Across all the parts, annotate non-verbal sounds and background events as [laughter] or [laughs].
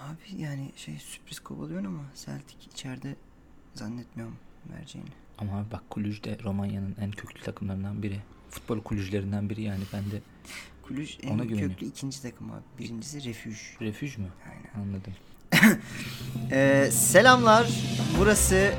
Abi yani şey sürpriz kovalıyorsun ama Celtic içeride zannetmiyorum vereceğini. Ama abi bak Kulüj de Romanya'nın en köklü takımlarından biri. Futbol kulüclerinden biri yani ben de. Kulüş en Ona güveniyor. köklü ikinci takım abi. Birincisi Refüj. Refüj mü? Aynen. Anladım. Ee, selamlar. Burası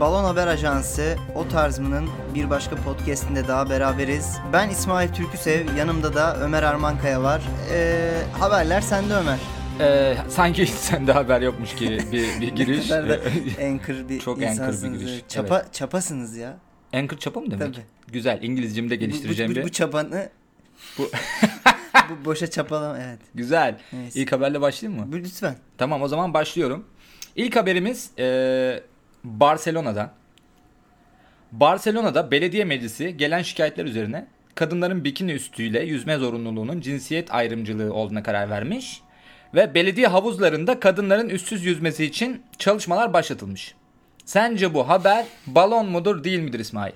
Balon Haber Ajansı. O tarzımının bir başka podcastinde daha beraberiz. Ben İsmail Türküsev. Yanımda da Ömer Armankaya var. Ee, haberler sende Ömer. Ee, sanki [laughs] hiç sende haber yokmuş ki bir, [laughs] bir giriş. e, Ne kadar da [laughs] anchor bir Çok anchor bir insansınız. giriş, evet. evet. Çapa, Çapasınız ya. Anchor çapa mı demek? Tabii. Güzel. İngilizcemi de Bu- geliştireceğim bu, bu, bir. bu çapanı [laughs] Bu- [laughs] bu boşa çapalama evet. Güzel. Neyse. İlk haberle başlayayım mı? Bu lütfen. Tamam o zaman başlıyorum. İlk haberimiz e, eee Barcelona'dan. Barcelona'da belediye meclisi gelen şikayetler üzerine kadınların bikini üstüyle yüzme zorunluluğunun cinsiyet ayrımcılığı olduğuna karar vermiş. Ve belediye havuzlarında kadınların üstsüz yüzmesi için çalışmalar başlatılmış. Sence bu haber balon mudur değil midir İsmail?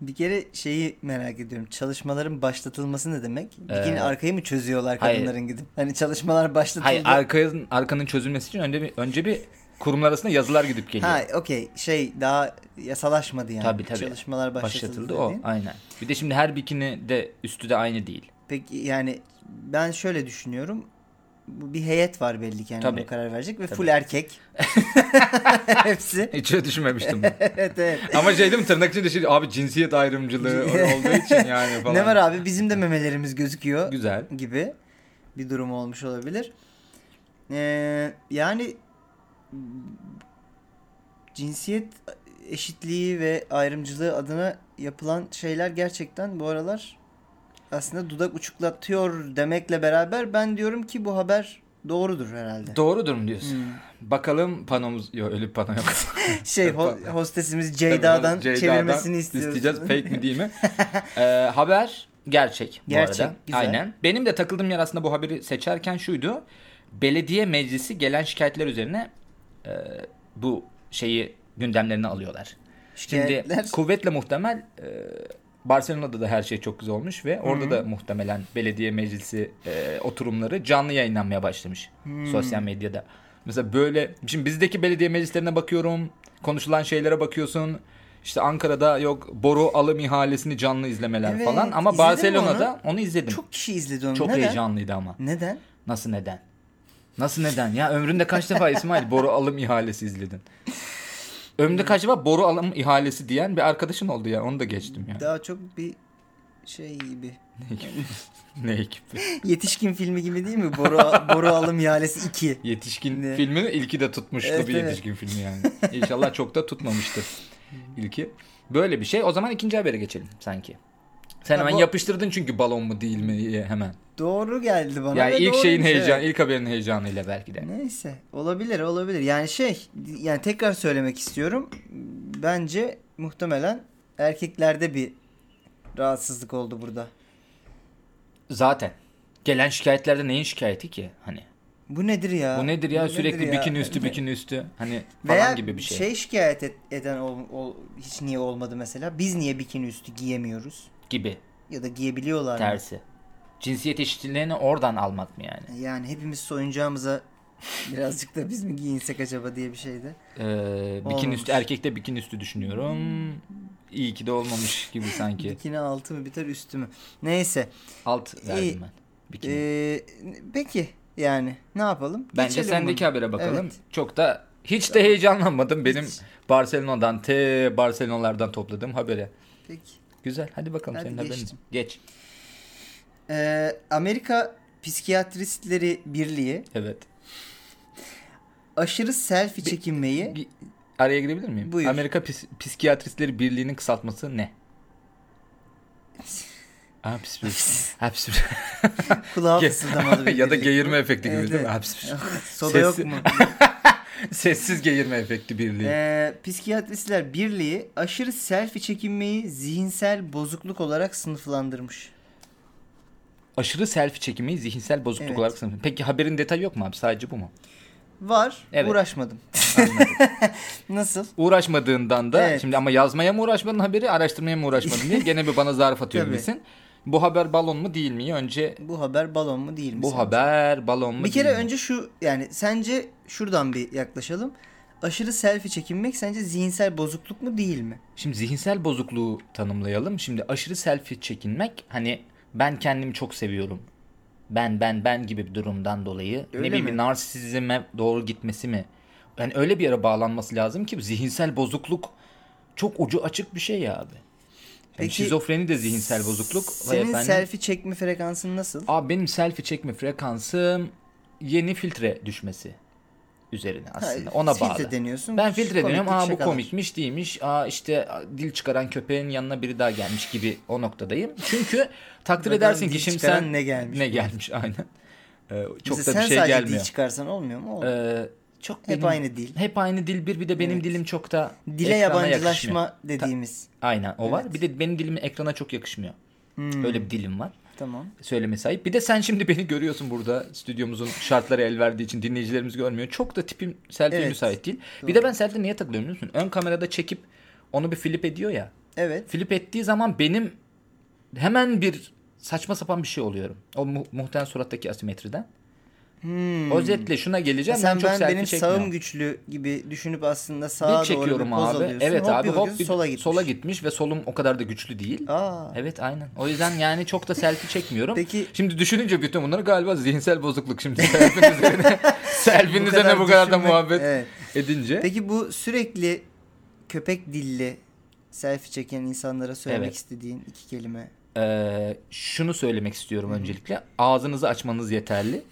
Bir kere şeyi merak ediyorum. Çalışmaların başlatılması ne demek? Bir Ee, kere arkayı mı çözüyorlar hayır. kadınların gidip? Hani çalışmalar başlatıldı. Hayır arkanın, arkanın çözülmesi için önce bir, önce bir kurumlar arasında yazılar gidip geliyor. Ha okey şey daha yasalaşmadı yani. Tabii, tabii. Çalışmalar başlatıldı. başlatıldı o dediğin. aynen. Bir de şimdi her bikini de üstü de aynı değil. Peki yani ben şöyle düşünüyorum. Bu bir heyet var belli ki yani Tabii. buna karar verecek ve Tabii. full [laughs] erkek. Hepsi. [laughs] Hiç öyle düşünmemiştim. Evet evet. Ama şey değil mi tırnak içinde şey abi cinsiyet ayrımcılığı [laughs] olduğu için yani falan. Ne var abi bizim de memelerimiz gözüküyor. Güzel. gibi bir durum olmuş olabilir. Ee, yani cinsiyet eşitliği ve ayrımcılığı adına yapılan şeyler gerçekten bu aralar aslında dudak uçuklatıyor demekle beraber ben diyorum ki bu haber doğrudur herhalde. Doğrudur mu diyorsun? Hmm. Bakalım panomuz... Yok öyle bir pano yok. Şey ho- hostesimiz [laughs] Ceyda'dan Ceyda'dan çevirmesini istiyoruz. İsteyeceğiz fake [laughs] mi değil mi? Ee, haber gerçek bu Gerçek, arada. güzel. Aynen. Benim de takıldığım yer aslında bu haberi seçerken şuydu. Belediye meclisi gelen şikayetler üzerine e, bu şeyi gündemlerine alıyorlar. Şimdi Şikayetler. kuvvetle muhtemel e, Barcelona'da da her şey çok güzel olmuş ve orada da muhtemelen belediye meclisi e, oturumları canlı yayınlanmaya başlamış Hmm. sosyal medyada. Mesela böyle şimdi bizdeki belediye meclislerine bakıyorum, konuşulan şeylere bakıyorsun. İşte Ankara'da yok boru alım ihalesini canlı izlemeler Evet, falan ama izledin mi Barcelona'da onu? izledim. Çok, Çok kişi izledi onu. çok Neden? heyecanlıydı ama. Neden? Nasıl neden? Nasıl neden ya? Ömründe kaç defa İsmail boru alım ihalesi izledin? Ömrümde kaç defa boru alım ihalesi diyen bir arkadaşın oldu ya. Onu da geçtim ya. Daha çok bir şey gibi. ne ekibi? Yetişkin filmi gibi değil mi? [laughs] Boru, Boru Alım İhalesi 2. Yetişkin Ne? filmini ilki de tutmuştu Evet, bir evet. yetişkin filmi yani. İnşallah çok da tutmamıştır ilki. Böyle bir şey. O zaman ikinci habere geçelim sanki. Sen Ha, hemen bu- yapıştırdın çünkü balon mu değil mi diye hemen. Doğru geldi bana. Yani ve ilk doğru şeyin bir şey. heyecanı, ilk haberin heyecanıyla belki de. Neyse olabilir olabilir. Yani şey yani tekrar söylemek istiyorum. Bence muhtemelen erkeklerde bir rahatsızlık oldu burada. Zaten gelen şikayetlerde neyin şikayeti ki? Hani Bu nedir ya? Bu nedir ya Bu sürekli nedir ya? bikini üstü Ve- bikini üstü hani falan Veya gibi bir şey. şey şikayet et- eden ol- ol- hiç niye olmadı mesela? Biz niye bikini üstü giyemiyoruz? gibi Ya da giyebiliyorlar mı? tersi. Cinsiyet eşitliğini oradan almak mı yani? Yani hepimiz soyuncağımıza birazcık da biz mi giyinsek acaba diye bir şeydi. Ee, bikini Olmamış. üstü erkekte bikini üstü düşünüyorum. İyi ki de olmamış gibi sanki. Bikini altı mı biter üstü mü? Neyse. Alt İyi. verdim ben. Bikini. Ee, peki yani ne yapalım? Bence Geçelim sendeki bunu. habere bakalım. Evet. Çok da hiç de heyecanlanmadım benim Barcelona'dan te Barcelona'lardan topladığım habere. Peki. Güzel. Hadi bakalım Hadi senin haberin. geçtim. Geç. Ee, Amerika Psikiyatristleri Birliği Evet. aşırı selfie çekinmeyi Gi- Araya girebilir miyim? Buyur. Amerika Pis- Psikiyatristleri Birliği'nin [laughs] kısaltması ne? Ha, psipir- ha, [laughs] psipir- kulağa Ge- [laughs] fısıldamalı bir ya da birlikte. geğirme efekti gibi Evet, değil mi? evet. Ha, psipir- [laughs] Soda Sesi- yok mu? [laughs] Sessiz geğirme efekti birliği. Ee, Psikiyatristler Birliği aşırı selfie çekinmeyi zihinsel bozukluk olarak sınıflandırmış. Aşırı selfie çekimi zihinsel bozukluk Evet. olarak sınıf. Peki haberin detayı yok mu abi? Sadece bu mu? Var. Evet. Uğraşmadım. [laughs] Nasıl? Uğraşmadığından da Evet. [laughs] şimdi ama yazmaya mı uğraşmadın haberi araştırmaya mı uğraşmadın diye gene bir bana zarf atıyor Tabii. gibisin. Bu haber balon mu değil mi? Önce Bu haber balon mu değil mi? bu sence? haber balon mu Bir kere değil mi? önce şu yani sence şuradan bir yaklaşalım. Aşırı selfie çekinmek sence zihinsel bozukluk mu değil mi? Şimdi zihinsel bozukluğu tanımlayalım. Şimdi aşırı selfie çekinmek hani ben kendimi çok seviyorum. Ben ben ben gibi bir durumdan dolayı Öyle ne bileyim mi? bir narsisizme doğru gitmesi mi? Yani öyle bir yere bağlanması lazım ki zihinsel bozukluk çok ucu açık bir şey ya abi. Yani Peki, şizofreni de zihinsel bozukluk. Vay Senin efendim. selfie çekme frekansın nasıl? Abi benim selfie çekme frekansım yeni filtre düşmesi üzerine aslında. Ha, Ona filtre bağlı. deniyorsun. Ben filtre deniyorum. Komiklik, Aa bu şakalar. komikmiş değilmiş. Aa işte a, dil çıkaran köpeğin yanına biri daha gelmiş gibi o noktadayım. Çünkü takdir Bakalım edersin dil ki şimdi çıkaran sen ne gelmiş Ne bu? gelmiş [laughs] aynen. Ee, çok Mesela da bir sen şey sadece gelmiyor. dil çıkarsan olmuyor mu? Olmuyor. Ee, çok Hep aynı dil. Hep aynı dil bir bir de benim dilim çok da Dile ekrana yabancılaşma yakışmıyor. dediğimiz. Aynen o var. Bir de benim dilim ekrana çok yakışmıyor. Hmm. Öyle bir dilim var Tamam. söyleme sahip. Bir de sen şimdi beni görüyorsun burada stüdyomuzun şartları el verdiği için dinleyicilerimiz görmüyor. Çok da tipim selfie Evet. müsait değil. Bir de ben selfie niye takılıyorum biliyor musun? Ön kamerada çekip onu bir flip ediyor ya. Evet. Flip ettiği zaman benim hemen bir saçma sapan bir şey oluyorum. O mu- muhtemelen surattaki asimetriden. O zetle şuna geleceğim. Hmm. E Sen ben çok ben selfie benim çekmiyorum. sağım güçlü gibi düşünüp aslında Bir sağa doğru bir çekiyorum poz abi. alıyorsun. Evet hop abi bir hop bakıyorsun, bir- sola gitmiş. sola gitmiş ve solum o kadar da güçlü değil. Aa. Evet aynen. O yüzden yani çok da selfie çekmiyorum. Peki- Şimdi düşününce bütün bunları galiba zihinsel bozukluk şimdi. [laughs] Selfie'nin üzerine, selfie'nin Bu üzerine kadar bu kadar da düşünmek- muhabbet Evet. edince. Peki bu sürekli köpek dilli selfie çeken insanlara söylemek Evet. istediğin iki kelime. Ee, şunu söylemek istiyorum öncelikle. Ağzınızı açmanız yeterli.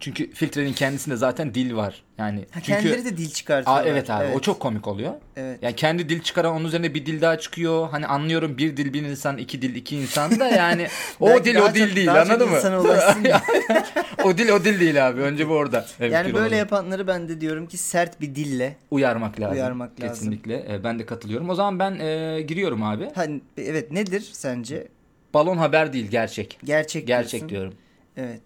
Çünkü filtrenin kendisinde zaten dil var. Yani Ha, çünkü kendileri de dil Aa, çıkartıyorlar. evet abi o çok komik oluyor. Evet. Yani kendi dil çıkaran onun üzerine bir dil daha çıkıyor. Hani anlıyorum bir dil bir insan, iki dil iki insan [laughs] da yani o Belki dil daha o dil çok- değil daha çok anladın mı? insana [laughs] ulaşsın diye. o dil o dil değil abi. Önce bu orada. Evet, yani bir böyle onu yapanları ben de diyorum ki sert bir dille. uyarmak lazım. Uyarmak lazım. Kesinlikle. Ee, ben de katılıyorum. O zaman ben e, giriyorum abi. Hani evet nedir sence? Balon haber değil gerçek. Gerçek Gerçek diyorsun. diyorum. Evet.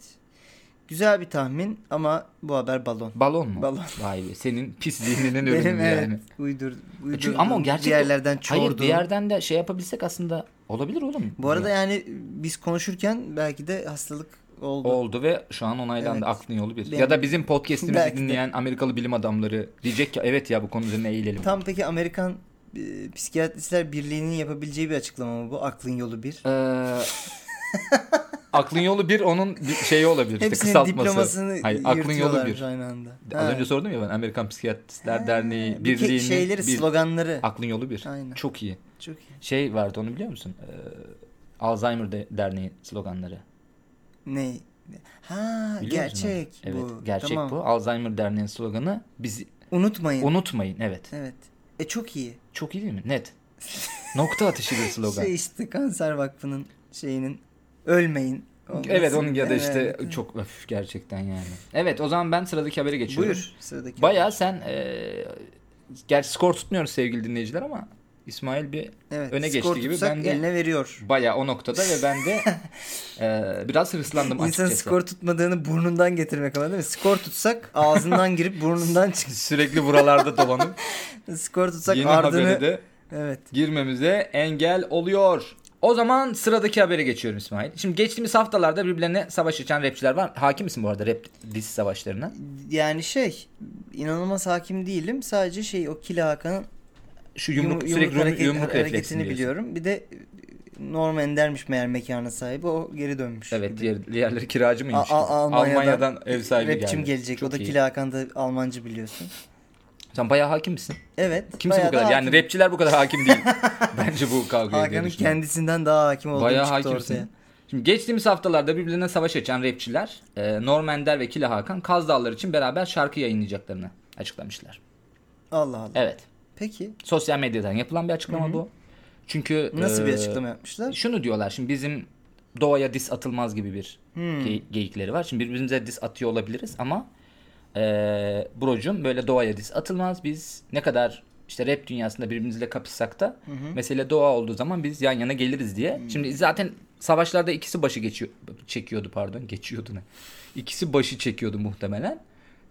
Güzel bir tahmin ama bu haber balon. Balon mu? Balon. Vay be senin pis [laughs] zihninin ürünü Benim yani. evet uydur, uydurduğum E, Çünkü ama o gerçek bir yerlerden Hayır çoğurduğum. bir yerden de şey yapabilsek aslında olabilir oğlum. Bu arada yani biz konuşurken belki de hastalık oldu. oldu ve şu an onaylandı. Evet. Aklın yolu bir. Benim- Ya da bizim podcast'imizi Belki de. dinleyen Amerikalı bilim adamları diyecek ki evet ya bu konu üzerine eğilelim. Tam peki Amerikan e, Psikiyatristler Birliği'nin yapabileceği bir açıklama mı bu? Aklın yolu bir. [laughs] Ee, aklın yolu bir onun bir şeyi olabilir işte Hepsinin kısaltması. diplomasını Hayır, aklın yolu yırtıyorlarmış bir. aynı anda. Az Ha. önce sordum ya ben Amerikan Psikiyatristler Ha, Derneği bu ke- Birliği'nin şeyleri, bir, sloganları. aklın yolu bir. Aynen. Çok iyi. Çok iyi. Şey vardı onu biliyor musun? Ee, Alzheimer de- Derneği sloganları. Ne? Ha, Biliyor musun onu? gerçek Evet, bu. gerçek Tamam. bu. Alzheimer Derneği'nin sloganı bizi Unutmayın. unutmayın. Evet. evet. E çok iyi. Çok iyi değil mi? [laughs] Net. Nokta atışı bir slogan. Şey işte Kanser Vakfı'nın şeyinin ölmeyin. olması. Evet onun ya da Evet. işte çok öf gerçekten yani. Evet o zaman ben sıradaki habere geçiyorum. Buyur sıradaki. Baya sen eee gerçi skor tutmuyoruz sevgili dinleyiciler ama İsmail bir Evet, öne skor geçti gibi tutsak ben de eline veriyor. baya o noktada ve ben [laughs] de eee, biraz hırslandım İnsan [laughs] açıkçası. skor tutmadığını burnundan getirmek ama değil mi? Skor tutsak [laughs] ağzından girip burnundan çık. Sürekli [laughs] buralarda dolanıp Skor tutsak yeni habere ardını. de Evet. girmemize engel oluyor. O zaman sıradaki habere geçiyorum İsmail. Şimdi geçtiğimiz haftalarda birbirlerine savaş açan rapçiler var. Hakim misin bu arada rap diss savaşlarına? Yani şey inanılmaz hakim değilim. Sadece şey o Kila Hakan'ın Şu yum- yumruk, sürekli hareket- yumruk refleksini hareketini biliyorum. biliyorum. Bir de e, Norm Ender'miş meğer mekana sahibi. O geri dönmüş. Evet gibi. diğer, diğerleri kiracı A- mıymış? A- Almanya'dan, Almanya'dan ev sahibi geldi. rapçim gelecek. Çok o da iyi. Kila Hakan da Almancı biliyorsun. Sen bayağı hakim misin? Evet. Kimse bayağı bu kadar. da Yani hakim. rapçiler bu kadar [laughs] hakim değil. Bence bu kavgaya diye Hakan'ın düşünüyorum. kendisinden daha hakim olduğu Bayağı çıktı hakimsin. ortaya. Şimdi geçtiğimiz haftalarda birbirlerine savaş açan rapçiler e, Norm Ender ve Killa Hakan Kaz Dağları için beraber şarkı yayınlayacaklarını açıklamışlar. Allah Allah. Evet. Peki Sosyal medyadan yapılan bir açıklama bu. Çünkü nasıl bir e, açıklama yapmışlar? Şunu diyorlar şimdi bizim doğaya dis atılmaz gibi bir ge- geyikleri var. Şimdi birbirimize dis atıyor olabiliriz ama e, brocum böyle doğaya dis atılmaz. Biz ne kadar işte rap dünyasında birbirimizle kapışsak da mesele doğa olduğu zaman biz yan yana geliriz diye. Şimdi zaten savaşlarda ikisi başı geçiyor çekiyordu pardon geçiyordu ne? İkisi başı çekiyordu muhtemelen.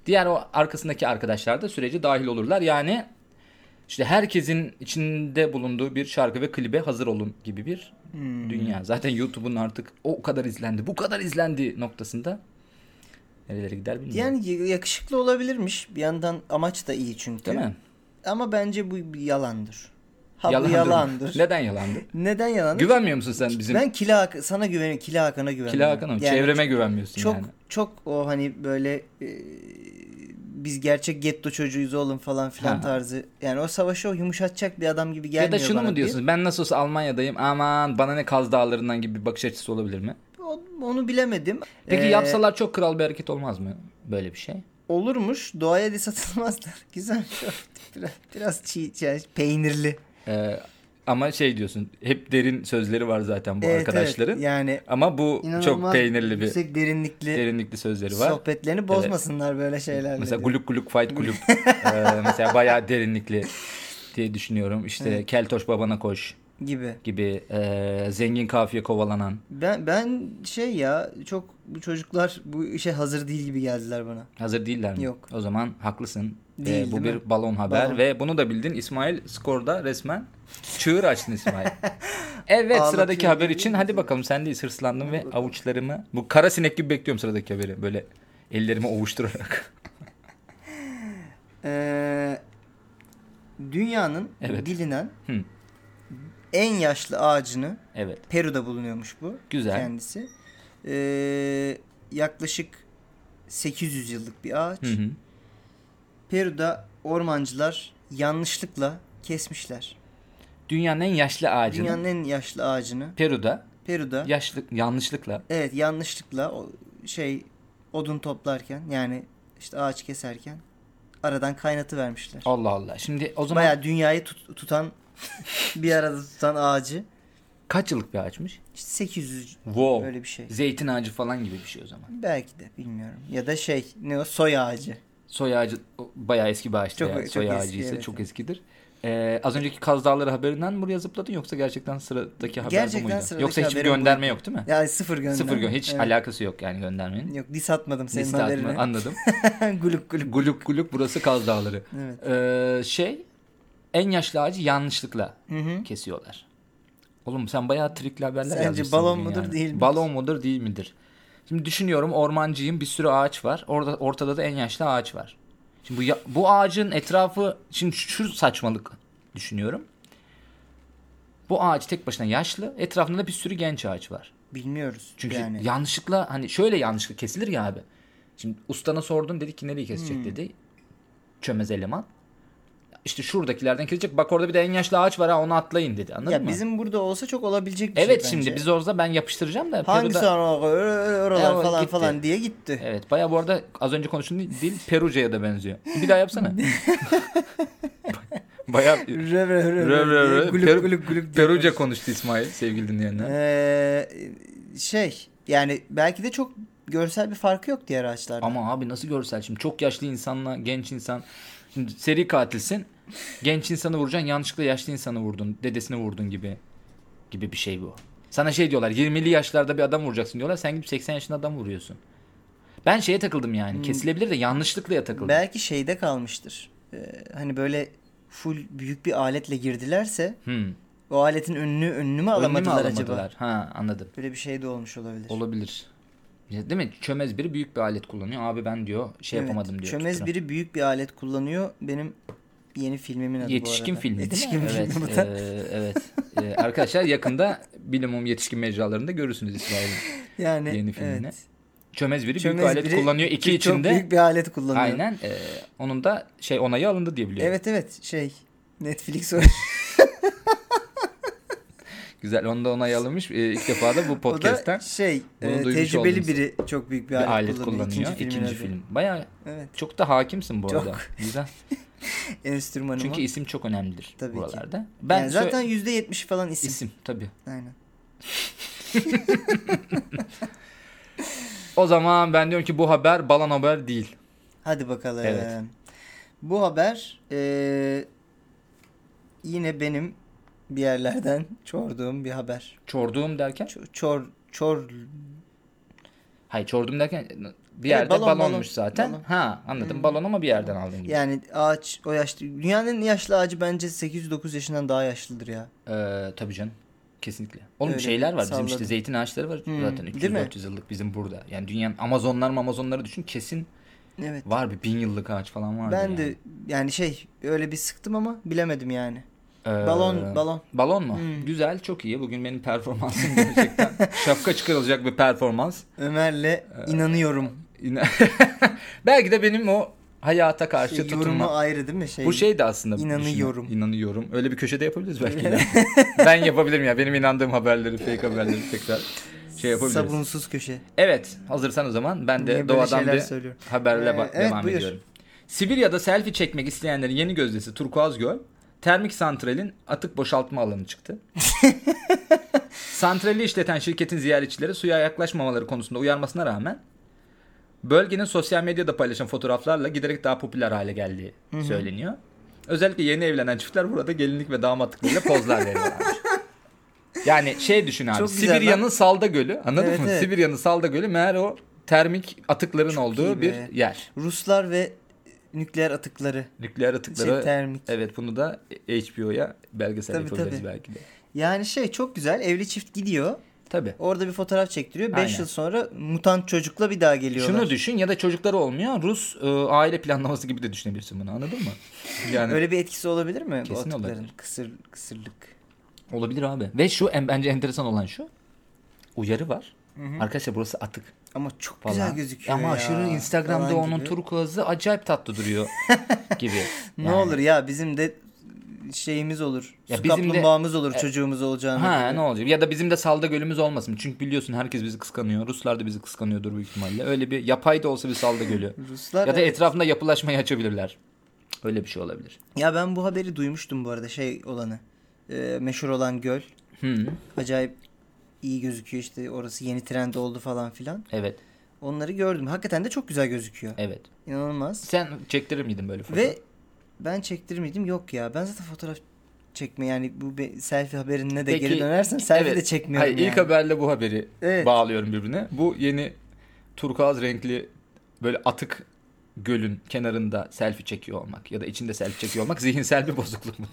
Diğer o arkasındaki arkadaşlar da sürece dahil olurlar. Yani işte herkesin içinde bulunduğu bir şarkı ve klibe hazır olun gibi bir Hmm. dünya. Zaten YouTube'un artık o kadar izlendi, bu kadar izlendi noktasında nerelere gider bilmiyorum. Yani y- yakışıklı olabilirmiş. Bir yandan amaç da iyi çünkü. Değil mi? Ama bence bu bir yalandır. Ha Yalandır bu mı? yalandır. [laughs] Neden yalandı? Neden yalandır? Güvenmiyor musun sen bizim Ben Kila Hak- sana güven Kila Hakan'a güvenmiyorum. Kila Hakan'a mı? Yani Çevreme güvenmiyorsun çok yani. çok o hani böyle e, biz gerçek getto çocuğuyuz oğlum falan filan Ha. tarzı. Yani o savaşı o yumuşatacak bir adam gibi gelmiyor Ya da bana. şunu mu bir. diyorsun? Ben nasıl olsa Almanya'dayım. Aman bana ne Kaz Dağları'ndan gibi bir bakış açısı olabilir mi? O- Onu bilemedim. Peki Ee, yapsalar çok kral bir hareket olmaz mı? Böyle bir şey. Olurmuş. Doğaya diss atılmazlar. [laughs] Güzel. şey biraz, biraz çiğ, yani peynirli. Ee, ama şey diyorsun. Hep derin sözleri var zaten bu Evet, arkadaşların. evet. Yani Ama bu çok inanılmaz peynirli bir yüksek derinlikli derinlikli sözleri var. sohbetlerini bozmasınlar böyle şeylerle. Mesela diyor. Guluk Guluk Fight Guluk. Ee, mesela bayağı derinlikli diye düşünüyorum. İşte Keltoş Babana Koş gibi. gibi ee, zengin kafiye kovalanan. Ben ben şey ya çok bu çocuklar bu işe hazır değil gibi geldiler bana. Hazır değiller mi? Yok. O zaman haklısın. Değil, Ee, bu değil bir mi? balon haber Balon. ve bunu da bildin. İsmail skorda resmen çığır açtın [laughs] İsmail. evet Ağlatıyor sıradaki değil haber mi? için hadi bakalım sen de hırslandım ve avuçlarımı bu kara sinek gibi bekliyorum sıradaki haberi böyle [laughs] ellerimi ovuşturarak. Ee, dünyanın Evet. bilinen Hı. en yaşlı ağacını evet. Peru'da bulunuyormuş bu. Güzel. Kendisi. Ee, yaklaşık 800 yıllık bir ağaç. Hı hı. Peru'da ormancılar yanlışlıkla kesmişler. Dünyanın en yaşlı ağacını Dünyanın en yaşlı ağacını Peru'da Peru'da yaşlı yanlışlıkla evet yanlışlıkla o şey odun toplarken yani işte ağaç keserken aradan kaynatı vermişler. Allah Allah. Şimdi o zaman Bayağı dünyayı tut- tutan [laughs] bir arada tutan ağacı kaç yıllık bir ağaçmış? işte 800 Wow. öyle bir şey. Zeytin ağacı falan gibi bir şey o zaman. Belki de bilmiyorum. Ya da şey ne o soy ağacı. Soy ağacı o, bayağı eski bir ağaçtı Çok- ya. çok Soy eski, ağacı ise evet. çok eskidir. Ee, az önceki Kaz Dağları haberinden mi buraya zıpladın yoksa gerçekten sıradaki haber Gerçekten bu muydu? sıradaki yoksa hiçbir haberim gönderme yok değil mi? Yani sıfır gönderme. Sıfır gö hiç Evet. alakası yok yani göndermenin. Yok dis atmadım senin Liste atma, haberine. [laughs] anladım. guluk guluk. guluk guluk burası Kaz Dağları. Evet. Ee, şey en yaşlı ağacı yanlışlıkla Hı hı. kesiyorlar. Oğlum sen bayağı trikli haberler Sence yazmışsın balon bugün mudur, yani. değil midir? Balon mudur değil midir? Şimdi düşünüyorum ormancıyım bir sürü ağaç var. Orada ortada da en yaşlı ağaç var. Şimdi bu, ya- bu ağacın etrafı şimdi şu saçmalık düşünüyorum. Bu ağaç tek başına yaşlı. Etrafında da bir sürü genç ağaç var. Bilmiyoruz. Çünkü yani. yanlışlıkla hani şöyle yanlışlıkla kesilir ya abi. Şimdi ustana sordun dedi ki nereyi Hmm. kesecek dedi. Çömez eleman. İşte şuradakilerden kesecek. Bak orada bir de en yaşlı ağaç var ha onu atlayın dedi. Anladın ya mı? bizim burada olsa çok olabilecek bir şey Evet bence. şimdi biz orada ben yapıştıracağım da. Hangi Peru'da- sonra oralar Evet, falan gitti. E, falan diye gitti. Evet baya bu arada az önce konuştuğun dil, dil Peruca'ya da benziyor. Bir [laughs] daha yapsana. baya Rö rö rö Rö, rö, diye rö. gülüp Peru- gülüp gülüp diye Peruca konuşuyor. konuştu İsmail sevgili dinleyenler. Ee, şey yani belki de çok görsel bir farkı yok diğer ağaçlarda. Ama abi nasıl görsel şimdi çok yaşlı insanla genç insan şimdi seri katilsin. Genç insanı vuracaksın yanlışlıkla yaşlı insanı vurdun dedesini vurdun gibi gibi bir şey bu. Sana şey diyorlar 20'li yaşlarda bir adam vuracaksın diyorlar sen gidip 80 yaşında adam vuruyorsun. Ben şeye takıldım yani Hmm. kesilebilir de yanlışlıkla ya takıldım. belki şeyde kalmıştır. Ee, hani böyle full büyük bir aletle girdilerse Hmm. o aletin önünü önünü mü Önlemi alamadılar, acaba? alamadılar. Ha anladım. Böyle bir şey de olmuş olabilir. Olabilir. Ya, Değil mi? Çömez biri büyük bir alet kullanıyor. Abi ben diyor şey Evet. yapamadım diyor. Çömez tutturam- biri büyük bir alet kullanıyor. Benim yeni filmimin adı bu Yetişkin arada. filmi. değil mi? Yetişkin evet, filmi bu da. eee, evet. Eee, arkadaşlar yakında bilimum yetişkin mecralarında görürsünüz İsmail'in yani yeni filmini. evet. Çömez biri Çömez büyük alet biri kullanıyor. iki çok içinde. büyük bir alet kullanıyor. Aynen. eee, onun da şey onayı alındı diye biliyorum. Evet evet şey Netflix o. Güzel. Onu da onayı alınmış. Eee, ilk defa da [laughs] bu o da podcast'ten şey bunu e, duymuş tecrübeli oldunuz. biri çok büyük bir, bir alet kullanıyor. kullanıyor. İkinci, filmin adı. film. Bayağı Evet. çok da hakimsin bu Çok. arada. Güzel. Enstrümanı Çünkü mı? isim çok önemlidir Tabii ki. buralarda. Ben Ben yani zaten zaten %70 falan isim. isim tabii. Aynen. O zaman ben diyorum ki bu haber balan haber değil. Hadi bakalım. Evet. Bu haber e, yine benim bir yerlerden çorduğum bir haber. Çorduğum derken? Çor, çor, çor Hayır çordum derken bir Evet, yerde balon, balonmuş balon, zaten. balon. Ha anladım balon ama bir yerden aldın gibi. yani ağaç o yaşlı dünyanın en yaşlı ağacı bence 809 yaşından daha yaşlıdır ya. Ee, tabii canım. Kesinlikle. Oğlum Öyle, şeyler var. Bizim işte salladım. zeytin ağaçları var Hmm, zaten değil 300 mi? 400 yıllık bizim burada. Yani dünyanın Amazonlar mı Amazonları düşün kesin Evet. var bir bin yıllık ağaç falan var. Ben de yani şey öyle bir sıktım ama bilemedim yani. Ee, Balon balon. Balon mu? Hmm. Güzel, çok iyi. Bugün benim performansım [laughs] gerçekten şapka çıkarılacak bir performans. Ömer'le inanıyorum. İna- [laughs] Belki de benim o hayata karşı Şey, yorumu tutunma. ayrı değil mi şey? Bu şey de aslında. düşünün. İnanıyorum. İnanıyorum. Öyle bir köşede yapabiliriz belki de. ben yapabilirim ya. Benim inandığım haberleri, fake haberleri tekrar şey yapabiliriz. Sabunsuz köşe. Evet, hazırsan o zaman ben de Niye böyle doğadan şeyler bir söylüyorum? haberle Ee, ba- evet, devam buyur. ediyorum. Sibirya'da selfie çekmek isteyenlerin yeni gözdesi Turkuaz Göl, termik santralin atık boşaltma [laughs] alanı çıktı. Santrali işleten şirketin ziyaretçileri suya yaklaşmamaları konusunda uyarmasına rağmen bölgenin sosyal medyada paylaşan fotoğraflarla giderek daha popüler hale geldiği söyleniyor. Özellikle yeni evlenen çiftler burada gelinlik ve damatlıklarıyla [laughs] pozlar veriyorlarmış. Yani şey düşün abi. Çok güzel lan. Sibirya'nın Salda Gölü anladın Evet, mı? evet. Sibirya'nın Salda Gölü meğer o termik atıkların iyi olduğu be. bir yer. Ruslar ve nükleer atıkları. Nükleer atıkları. Şey, termik. Evet bunu da HBO'ya belgesel Tabii, yapabiliriz tabii. belki de. Yani şey çok güzel. Evli çift gidiyor. Tabii. Orada bir fotoğraf çektiriyor. 5 Aynen. yıl sonra mutant çocukla bir daha geliyorlar. Şunu düşün ya da çocukları olmuyor. Rus e, aile planlaması gibi de düşünebilirsin bunu anladın mı? Yani Öyle bir etkisi olabilir mi bu Kesin atıkların? olabilir. Kısır, kısırlık. olabilir abi. Ve şu en, bence enteresan olan şu. Uyarı var. Arkadaşlar burası atık. Ama çok falan. güzel gözüküyor Ama ya. aşırı Instagram'da falan onun gibi. turkuazı acayip tatlı [laughs] duruyor gibi. Ne Yani. olur ya bizim de şeyimiz olur. Ya su bizim de- E- kaplumbağamız olur çocuğumuz olacağına. Ha göre. ne olacak? Ya da bizim de salda gölümüz olmasın. Çünkü biliyorsun herkes bizi kıskanıyor. Ruslar da bizi kıskanıyordur büyük ihtimalle. Öyle bir yapay da olsa bir salda gölü. Ruslar ya da evet. etrafında yapılaşmayı açabilirler. Öyle bir şey olabilir. Ya ben bu haberi duymuştum bu arada şey olanı. Ee, meşhur olan göl. Hı, Acayip iyi gözüküyor işte orası yeni trend oldu falan filan. evet, Onları gördüm. Hakikaten de çok güzel gözüküyor. evet. İnanılmaz. Sen çektirir miydin böyle fotoğraf? Ve ben çektirmedim yok ya. Ben zaten fotoğraf çekme yani bu be- selfie haberine de Peki, geri dönersen selfie de Evet. çekmiyorum Hayır, yani. İlk haberle bu haberi Evet. bağlıyorum birbirine. Bu yeni turkuaz renkli böyle atık gölün kenarında selfie çekiyor olmak ya da içinde selfie çekiyor olmak [laughs] zihinsel bir bozukluk mudur?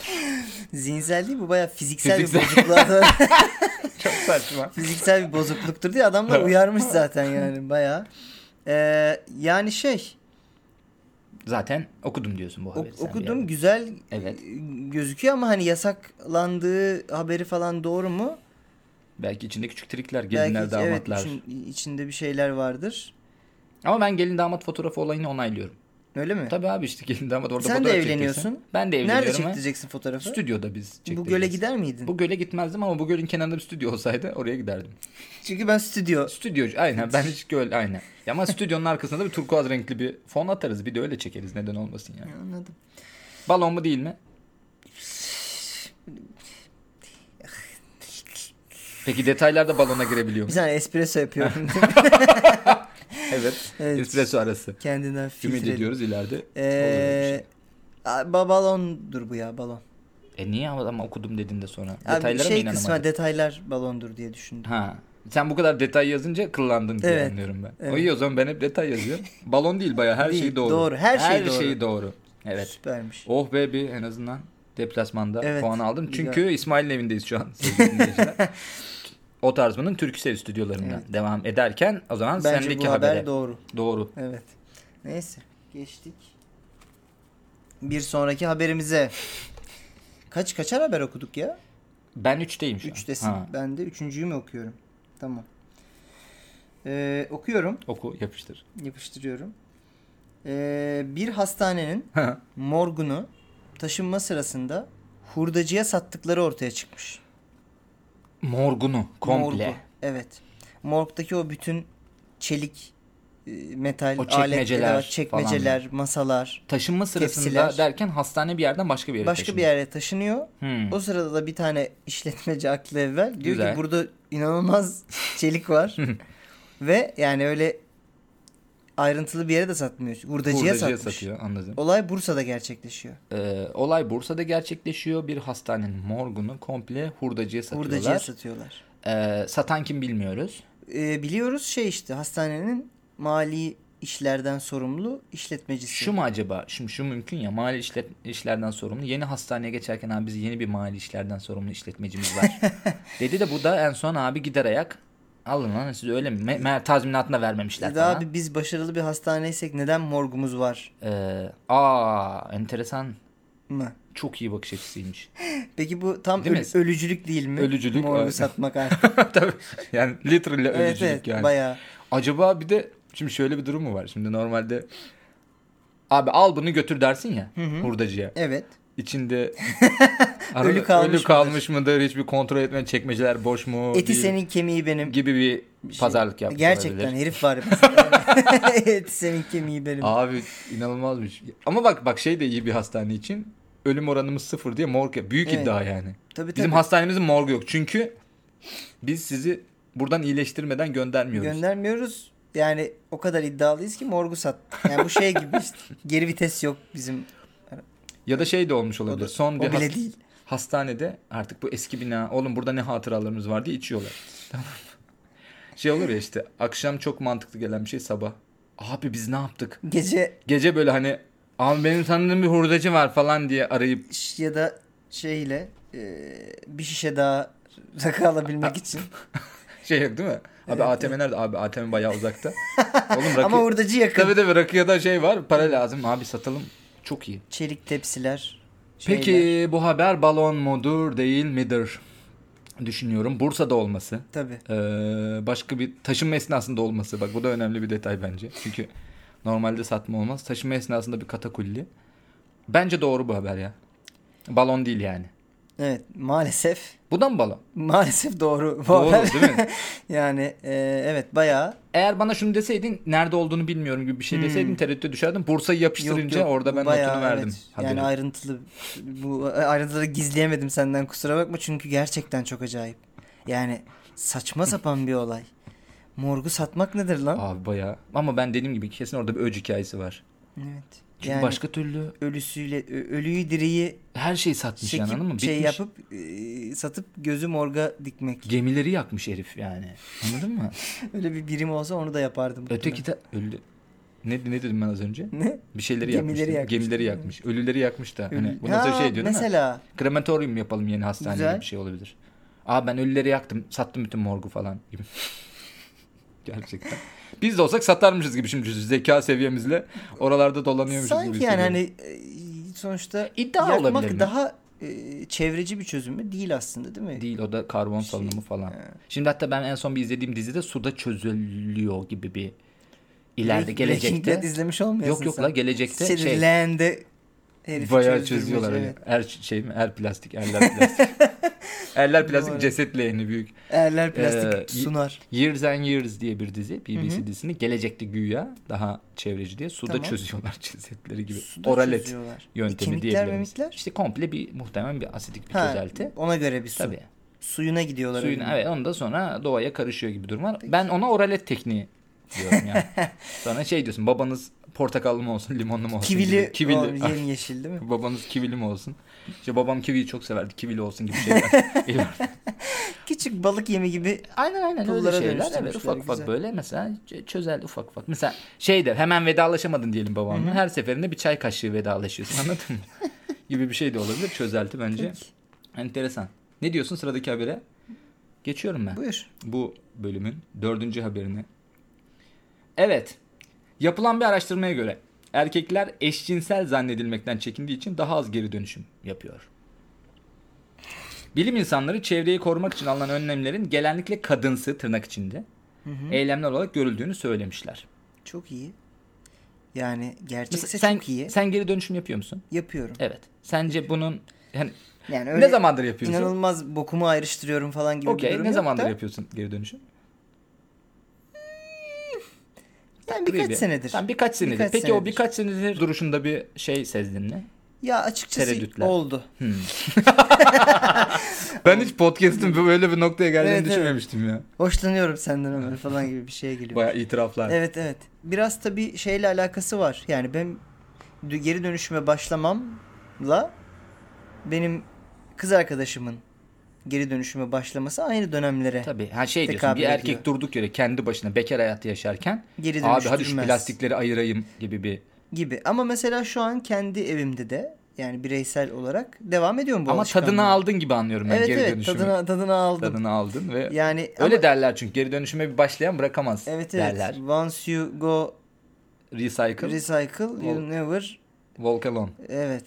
Zihinsel değil bu bayağı fiziksel, Fiziksel. bir bozukluğa [laughs] Çok saçma. [laughs] fiziksel bir bozukluktur diye adamlar uyarmış zaten yani bayağı. Ee, yani şey Zaten okudum diyorsun bu ok- haberi. sen bir okudum yerde. güzel e, Evet. gözüküyor ama hani yasaklandığı haberi falan doğru mu? Belki içinde küçük trikler, gelinler, Belki evet, damatlar. için- içinde bir şeyler vardır. Ama ben gelin damat fotoğrafı olayını onaylıyorum. Öyle mi? Tabii abi işte gelin damat orada Sen de fotoğraf evleniyorsun. çekeceksin. Ben de evleniyorum. Nerede ama çektireceksin fotoğrafı? Stüdyoda biz çektireceğiz. Bu göle gider miydin? Bu göle gitmezdim ama bu gölün kenarında bir stüdyo olsaydı oraya giderdim. Çünkü ben stüdyo. Stüdyocu aynen ben hiç göl aynen. Ya Ama stüdyonun arkasında da bir turkuaz renkli bir fon atarız bir de öyle çekeriz neden olmasın yani. Anladım. Balon mu değil mi? Peki detaylarda balona girebiliyor Bir mu? tane espresso [laughs] yapıyorum. Evet. Evet. Espresso arası. Kendinden Ümit filtre. ediyoruz ileride. olur öyle bir Ee, a- ba- balondur bu ya balon. şey. E niye ama ama okudum dedin de sonra? Abi Detaylara mı şey inanamadın? kısmı detaylar balondur diye düşündüm. Ha. Sen bu kadar detay yazınca kıllandın diye Evet. anlıyorum ben. Evet. O iyi o zaman ben hep [laughs] detay yazıyorum. Balon değil bayağı her Değil, şey doğru. doğru, her şey doğru. şey doğru. Evet. Süpermiş. Oh be bir en azından deplasmanda Evet, puan aldım. güzel. Çünkü İsmail'in evindeyiz şu an. [laughs] sevgili dinleyiciler. o tarzmanın Türküsev stüdyolarından devam ederken o zaman Bence sendeki bu haber habere. doğru. doğru. Evet. Neyse geçtik. Bir sonraki haberimize. Kaç kaçar haber okuduk ya? Ben 3'teyim şu an. Üçtesin. Ha, Ben de üçüncüyü mü okuyorum? Tamam. Ee, okuyorum. Oku yapıştır. [laughs] Yapıştırıyorum. Ee, bir hastanenin morgunu taşınma sırasında hurdacıya sattıkları ortaya çıkmış. Morgunu komple. Morgu. Evet. Morgdaki o bütün çelik, e, metal, O aletler, çekmeceler var, çekmeceler, masalar Taşınma sırasında Tepsiler. derken hastane bir yerden başka bir yere başka bir taşındı. yere taşınıyor. Hmm. O sırada da bir tane işletmeci aklı evvel diyor ki Güzel. burada inanılmaz çelik var. Ve yani öyle ayrıntılı bir yere de satmıyor. Hurdacıya, Hurdacıya satmış. satıyor anladım. Olay Bursa'da gerçekleşiyor. Ee, olay Bursa'da gerçekleşiyor. Bir hastanenin morgunu komple hurdacıya satıyorlar. Hurdacıya satıyorlar. Ee, satan kim bilmiyoruz. Ee, biliyoruz şey işte hastanenin mali işlerden sorumlu işletmecisi. Şu mu acaba? Şimdi şu mümkün ya. Mali işlet, işlerden sorumlu. Yeni hastaneye geçerken abi biz yeni bir mali işlerden sorumlu işletmecimiz [laughs] var. Dedi de bu da en son abi gider ayak. Alın lan siz öyle mi? Me- meğer tazminatını da vermemişler Ee, Daha falan. abi biz başarılı bir hastaneysek neden morgumuz var Ee, aa enteresan. mı? Çok iyi bakış açısıymış. Peki bu tam Değil mi? ölü- ölücülük değil mi? Ölücülük, Morgu evet. satmak artık. [laughs] [laughs] Tabii. Yani literally evet ölücülük evet yani. bayağı. Acaba bir de şimdi şöyle bir durum mu var? Şimdi normalde abi al bunu götür dersin ya hurdacıya. Evet. İçinde [laughs] Ölü kalmış ölü kalmış mıdır? Hiçbir kontrol etme çekmeceler boş mu? Eti değil senin kemiği benim. gibi bir şey. pazarlık yapmış Gerçekten olabilir. herif [laughs] var. [laughs] Eti senin kemiği benim. Abi inanılmazmış. Ama bak bak şey de iyi bir hastane için. Ölüm oranımız sıfır diye morg yap- Büyük Evet. iddia yani. tabii tabii. Bizim hastanemizin morgu yok. Çünkü biz sizi buradan iyileştirmeden göndermiyoruz. Göndermiyoruz. Yani o kadar iddialıyız ki morgu sat. Yani bu şey gibi [laughs] işte, geri vites yok bizim. ya da şey de olmuş O, olabilir. da, Son o bir bile hast- değil. hastanede artık bu eski bina oğlum burada ne hatıralarımız var diye içiyorlar. [laughs] Tamam. şey olur ya işte akşam çok mantıklı gelen bir şey sabah. Abi biz ne yaptık? Gece Gece böyle hani abi benim tanıdığım bir hurdacı var falan diye arayıp ş- ya da şeyle e, bir şişe daha [laughs] rakı alabilmek için. şey yok değil mi? Abi ATM nerede? Abi ATM bayağı [laughs] uzakta. oğlum [laughs] rakı... Ama hurdacı yakın. Tabii tabii rakıya da şey var para lazım abi satalım. Çok iyi. Çelik tepsiler. şeyler. Peki bu haber balon mudur değil midir? Düşünüyorum. Bursa'da olması. Tabii. Ee, başka bir taşınma esnasında olması. Bak bu da önemli bir detay bence. Çünkü normalde satma olmaz. Taşınma esnasında bir katakulli. Bence doğru bu haber ya. Balon değil yani. Evet maalesef. Bu da mı balon? Maalesef doğru. bu Doğru, haber. değil mi? [laughs] yani e, evet bayağı. Eğer bana şunu deseydin nerede olduğunu bilmiyorum gibi bir şey deseydin tereddüte düşerdim. Bursa'yı yapıştırınca orada ben Hmm. bayağı, notunu verdim. evet. haberi. Yani ayrıntılı bu ayrıntıları gizleyemedim senden kusura bakma çünkü gerçekten çok acayip. Yani saçma sapan bir olay. Morgu satmak nedir lan? Abi bayağı. Ama ben dediğim gibi kesin orada bir öc hikayesi var. Evet. Çünkü yani başka türlü ölüsüyle ö- ölüyü diriyi her şeyi satmış yani çekip anladın mı? şey Bitmiş. yapıp e, satıp gözü morga dikmek. Gemileri yakmış herif yani. [laughs] Anladın mı? Öyle bir birim olsa onu da yapardım. Öteki de öldü. Ne, ne dedim ben az önce? ne? Bir şeyleri Gemileri yakmış. dedim. yakmış, Gemileri değil mi? yakmış. Ölüleri yakmış da. [laughs] [laughs] Hani Ölü- bu nasıl Ha, şey diyor değil mi? Mesela Krematoryum yapalım yeni hastane Güzel. gibi bir şey olabilir. Aa ben ölüleri yaktım. Sattım bütün morgu falan gibi. [laughs] Gerçekten. Biz de olsak satarmışız gibi şimdi zeka seviyemizle oralarda dolanıyormuşuz gibi. sanki yani hissediyorum. hani e, sonuçta İddia yakmak olabilir mi? daha e, çevreci bir çözüm mü? Değil aslında değil mi? Değil o da karbon hani- şey- salınımı falan. He. Şimdi hatta ben en son bir izlediğim dizide suda çözülüyor gibi bir ileride Breaking gelecekte. Bad izlemiş olmuyorsun Yok yok sen. la gelecekte şey Sinirlendi. Herifi Bayağı çözdürmece, çözüyorlar öyle. evet. Her şey mi? Her plastik, [laughs] erler plastik. erler plastik Doğru. ceset leğeni büyük. Erler plastik Ee, sunar. Years and Years diye bir dizi. BBC Hı hı. dizisini gelecekte güya daha çevreci diye suda Tamam. çözüyorlar [laughs] cesetleri gibi. Suda Oralet çözüyorlar. yöntemi Kemikler, diyebiliriz. memikler? İşte komple bir muhtemelen bir asidik bir Ha, çözelti. Ona göre bir su. Tabii. Suyuna gidiyorlar. Suyun öyle. evet onu da sonra doğaya karışıyor gibi durum var. Ben ona oralet tekniği [laughs] diyorum ya. sonra şey diyorsun babanız portakallı mı olsun, limonlu mu olsun? Kivili, gibi. kivili. Kivili. Ah. yeşil değil mi? [laughs] Babanız kivili mi olsun? İşte babam kiviyi çok severdi. Kivili olsun gibi şeyler. İler- Küçük balık yemi gibi. [laughs] aynen aynen öyle Pullara şeyler. Evet, dönüştürmüşler, ufak ufak güzel. böyle mesela ç- çözel ufak ufak. Mesela şey de hemen vedalaşamadın diyelim babamla. Her seferinde bir çay kaşığı vedalaşıyorsun anladın mı? [laughs] gibi bir şey de olabilir. Çözelti bence. Enteresan. Ne diyorsun sıradaki habere? Geçiyorum ben Buyur. bu bölümün dördüncü haberine. Evet. Yapılan bir araştırmaya göre erkekler eşcinsel zannedilmekten çekindiği için daha az geri dönüşüm yapıyor. Bilim insanları çevreyi korumak için alınan önlemlerin genellikle kadınsı tırnak içinde eylemler olarak görüldüğünü söylemişler. Çok iyi. Yani gerçekse Mesela sen, çok iyi. sen geri dönüşüm yapıyor musun? Yapıyorum. Evet. Sence bunun yani Yani ne zamandır yapıyorsun? İnanılmaz bokumu ayrıştırıyorum falan gibi bir Okey. durum Ne yok zamandır da. yapıyorsun geri dönüşüm? Yani birkaç Gibi. senedir. Tamam, birkaç senedir. Birkaç Peki o senedir. birkaç senedir duruşunda bir şey sezdin mi? Ya açıkçası Tereddütler. oldu. Ben hiç podcast'ın böyle bir noktaya geldiğini Evet, evet. düşünmemiştim ya. Hoşlanıyorum senden Ömer falan gibi bir şeye geliyor. Bayağı itiraflar. Evet evet. Biraz tabii şeyle alakası var. Yani ben dü- geri dönüşüme başlamamla benim kız arkadaşımın geri dönüşüme başlaması aynı dönemlere. Tabii. Ha şey diyorsun Tekabül bir erkek ediyor. durduk yere kendi başına bekar hayatı yaşarken Geri abi hadi şu dönüştürmez." plastikleri ayırayım gibi bir. gibi. Ama mesela şu an kendi evimde de yani bireysel olarak devam ediyorum bu Ama alışkanlığı. tadını aldın gibi anlıyorum ben Evet geri evet dönüşümü. tadını, tadını aldım. Tadını aldın ve Yani öyle ama- derler çünkü geri dönüşüme bir başlayan bırakamaz evet evet. derler. Once you go Recycle, recycle you never walk alone, evet.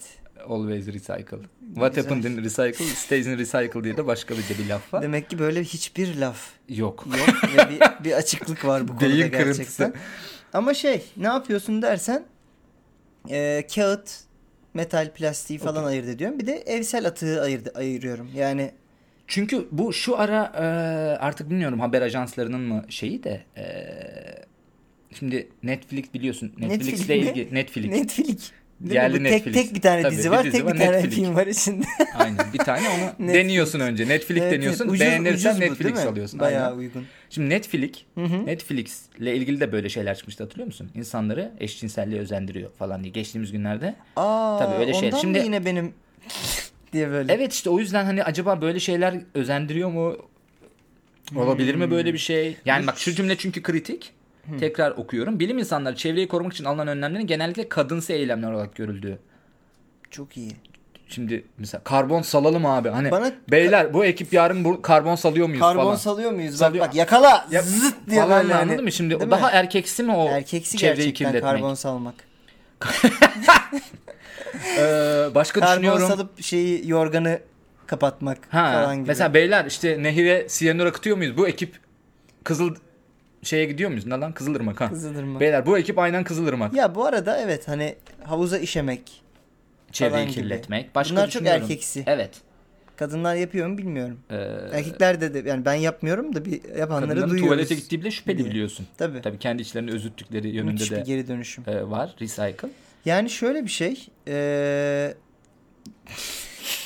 always recycle. What Güzel. happened in recycle stays in recycle diye de başka bir de bir laf var. Demek ki böyle hiçbir laf Yok. yok ve bir, bir açıklık var bu konuda Beyin gerçekten. kırıntısı. Ama şey ne yapıyorsun dersen e, kağıt, metal, plastiği falan ayırt ediyorum. Bir de evsel atığı ayırdı, ayırıyorum. Yani Çünkü bu şu ara e, artık bilmiyorum haber ajanslarının mı şeyi de e, şimdi Netflix biliyorsun Netflix Netflix'le mi? ilgili Netflix. Netflix. Değil mi? Yerli Bu Tek, Netflix. tek bir tane Tabii, dizi bir var, dizi tek var, bir tane Netflix. film var içinde. Aynen bir tane onu [laughs] Netflix. deniyorsun önce. Netflix Evet, deniyorsun. evet. Ucuz- Beğenirsen ucuz bu, Netflix değil mi? alıyorsun. Bayağı Aynen. uygun. Şimdi Netflix Hı hı. Netflix'le ilgili de böyle şeyler çıkmıştı hatırlıyor musun? İnsanları eşcinselliğe özendiriyor falan diye geçtiğimiz günlerde. Aa, Tabii öyle ondan şeyler. mı Şimdi- yine benim [laughs] diye böyle. Evet işte o yüzden hani acaba böyle şeyler özendiriyor mu? Olabilir mi böyle bir şey? Yani bak şu cümle çünkü kritik. Tekrar okuyorum. Bilim insanları çevreyi korumak için alınan önlemlerin genellikle kadınsı eylemler olarak görüldüğü. Çok iyi. Şimdi mesela karbon salalım abi. Hani Bana- beyler bu ekip yarın bu karbon salıyor muyuz Karbon falan. salıyor muyuz? Salıyor. Bak bak yakala Ya- zıt diye falan böyle. hani. anladın mı? Şimdi Değil o daha mi? erkeksi mi o erkeksi çevreyi gerçekten kirletmek? karbon salmak. Ee, başka Karbon düşünüyorum. salıp şeyi yorganı kapatmak Ha, falan gibi. mesela beyler işte nehire siyanür akıtıyor muyuz? Bu ekip Kızıl şeye gidiyor muyuz? Ne lan? Kızılırmak ha. Kızılırmak. Beyler bu ekip aynen Kızılırmak. Ya bu arada evet hani havuza işemek. Çevreyi falan gibi. kirletmek. Başka Bunlar çok düşünüyorum. erkeksi. Evet. Kadınlar yapıyor mu bilmiyorum. Ee, Erkekler de, de yani ben yapmıyorum da bir yapanları kadınların duyuyoruz. tuvalete gittiği bile şüpheli diye. biliyorsun. Tabii. Tabii kendi içlerini özüttükleri yönünde Müthiş de bir geri dönüşüm. e, var. [laughs] Recycle. Yani şöyle bir şey. eee,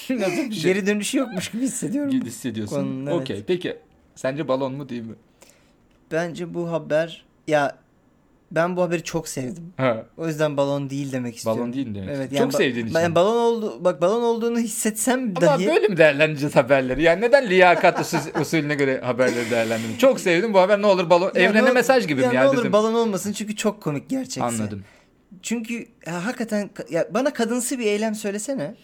Nasıl bir şey Geri dönüşü yokmuş gibi hissediyorum. gibi hissediyorsun. Konunun, evet. Okey. Peki sence balon mu değil mi? Bence bu haber ya ben bu haberi çok sevdim. Ha. O yüzden balon değil demek istiyorum. Balon değil mi demek. Evet, Evet, yani Çok ba- sevdiğin için. Ben balon oldu bak balon olduğunu hissetsem Ama dahi böyle mi değerlendireceğiz haberleri? Yani neden liyakat [laughs] usul- usulüne göre haberleri değerlendirdin? Çok sevdim bu haber ne olur balon. Ya Evrene ne ol- mesaj gibi ya mi ne ya olur dedim. balon olmasın çünkü çok komik gerçekten. Anladım. Çünkü ya, hakikaten ka- ya, bana kadınsı bir eylem söylesene.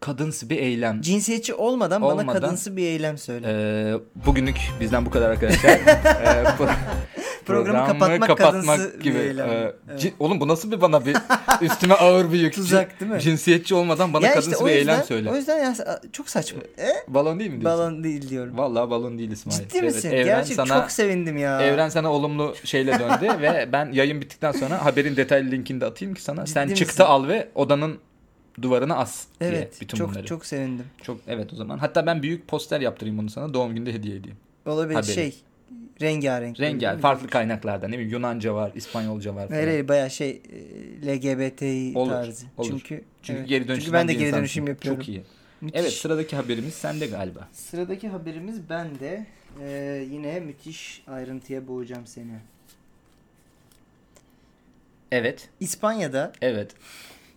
Kadınsı bir eylem. Cinsiyetçi olmadan, bana Olmadan. kadınsı bir eylem söyle. Ee, bugünlük bizden bu [laughs] kadar arkadaşlar. Ee, pro- Programı kapatmak kadınsı bir eylem. Ee, Evet. cin- Oğlum bu nasıl bir [laughs] bana bir üstüme ağır bir yük. Tuzak değil mi? Cinsiyetçi olmadan bana ya kadınsı işte o bir yüzden, eylem söyle. O yüzden ya sa- çok saçma. E? Balon değil mi diyorsun? Balon değil diyorum. Vallahi balon değil İsmail. Ciddi Evet, misin? evren Gerçek sana- çok sevindim ya. Evren sana olumlu şeyle [laughs] döndü ve ben yayın bittikten sonra haberin detaylı linkini de atayım ki sana. Ciddi Sen misin? çıktı al ve odanın duvarına as diye Evet. bütün çok bunları. çok sevindim. Çok evet o zaman. Hatta ben büyük poster yaptırayım bunu sana. Doğum günde hediye edeyim. Olabilir Haberi. şey rengarenk. Rengel, farklı kaynaklardan. Ne bileyim Yunanca var, İspanyolca var. falan. Hayır hayır bayağı şey e, LGBTİ Olur, tarzı. olur. Çünkü Çünkü evet. geri dönüşüm. Çünkü ben de geri dönüşüm yapıyorum. Çok iyi. Müthiş. Evet sıradaki haberimiz sende galiba. Sıradaki haberimiz ben de e, yine müthiş ayrıntıya boğacağım seni. Evet. İspanya'da Evet.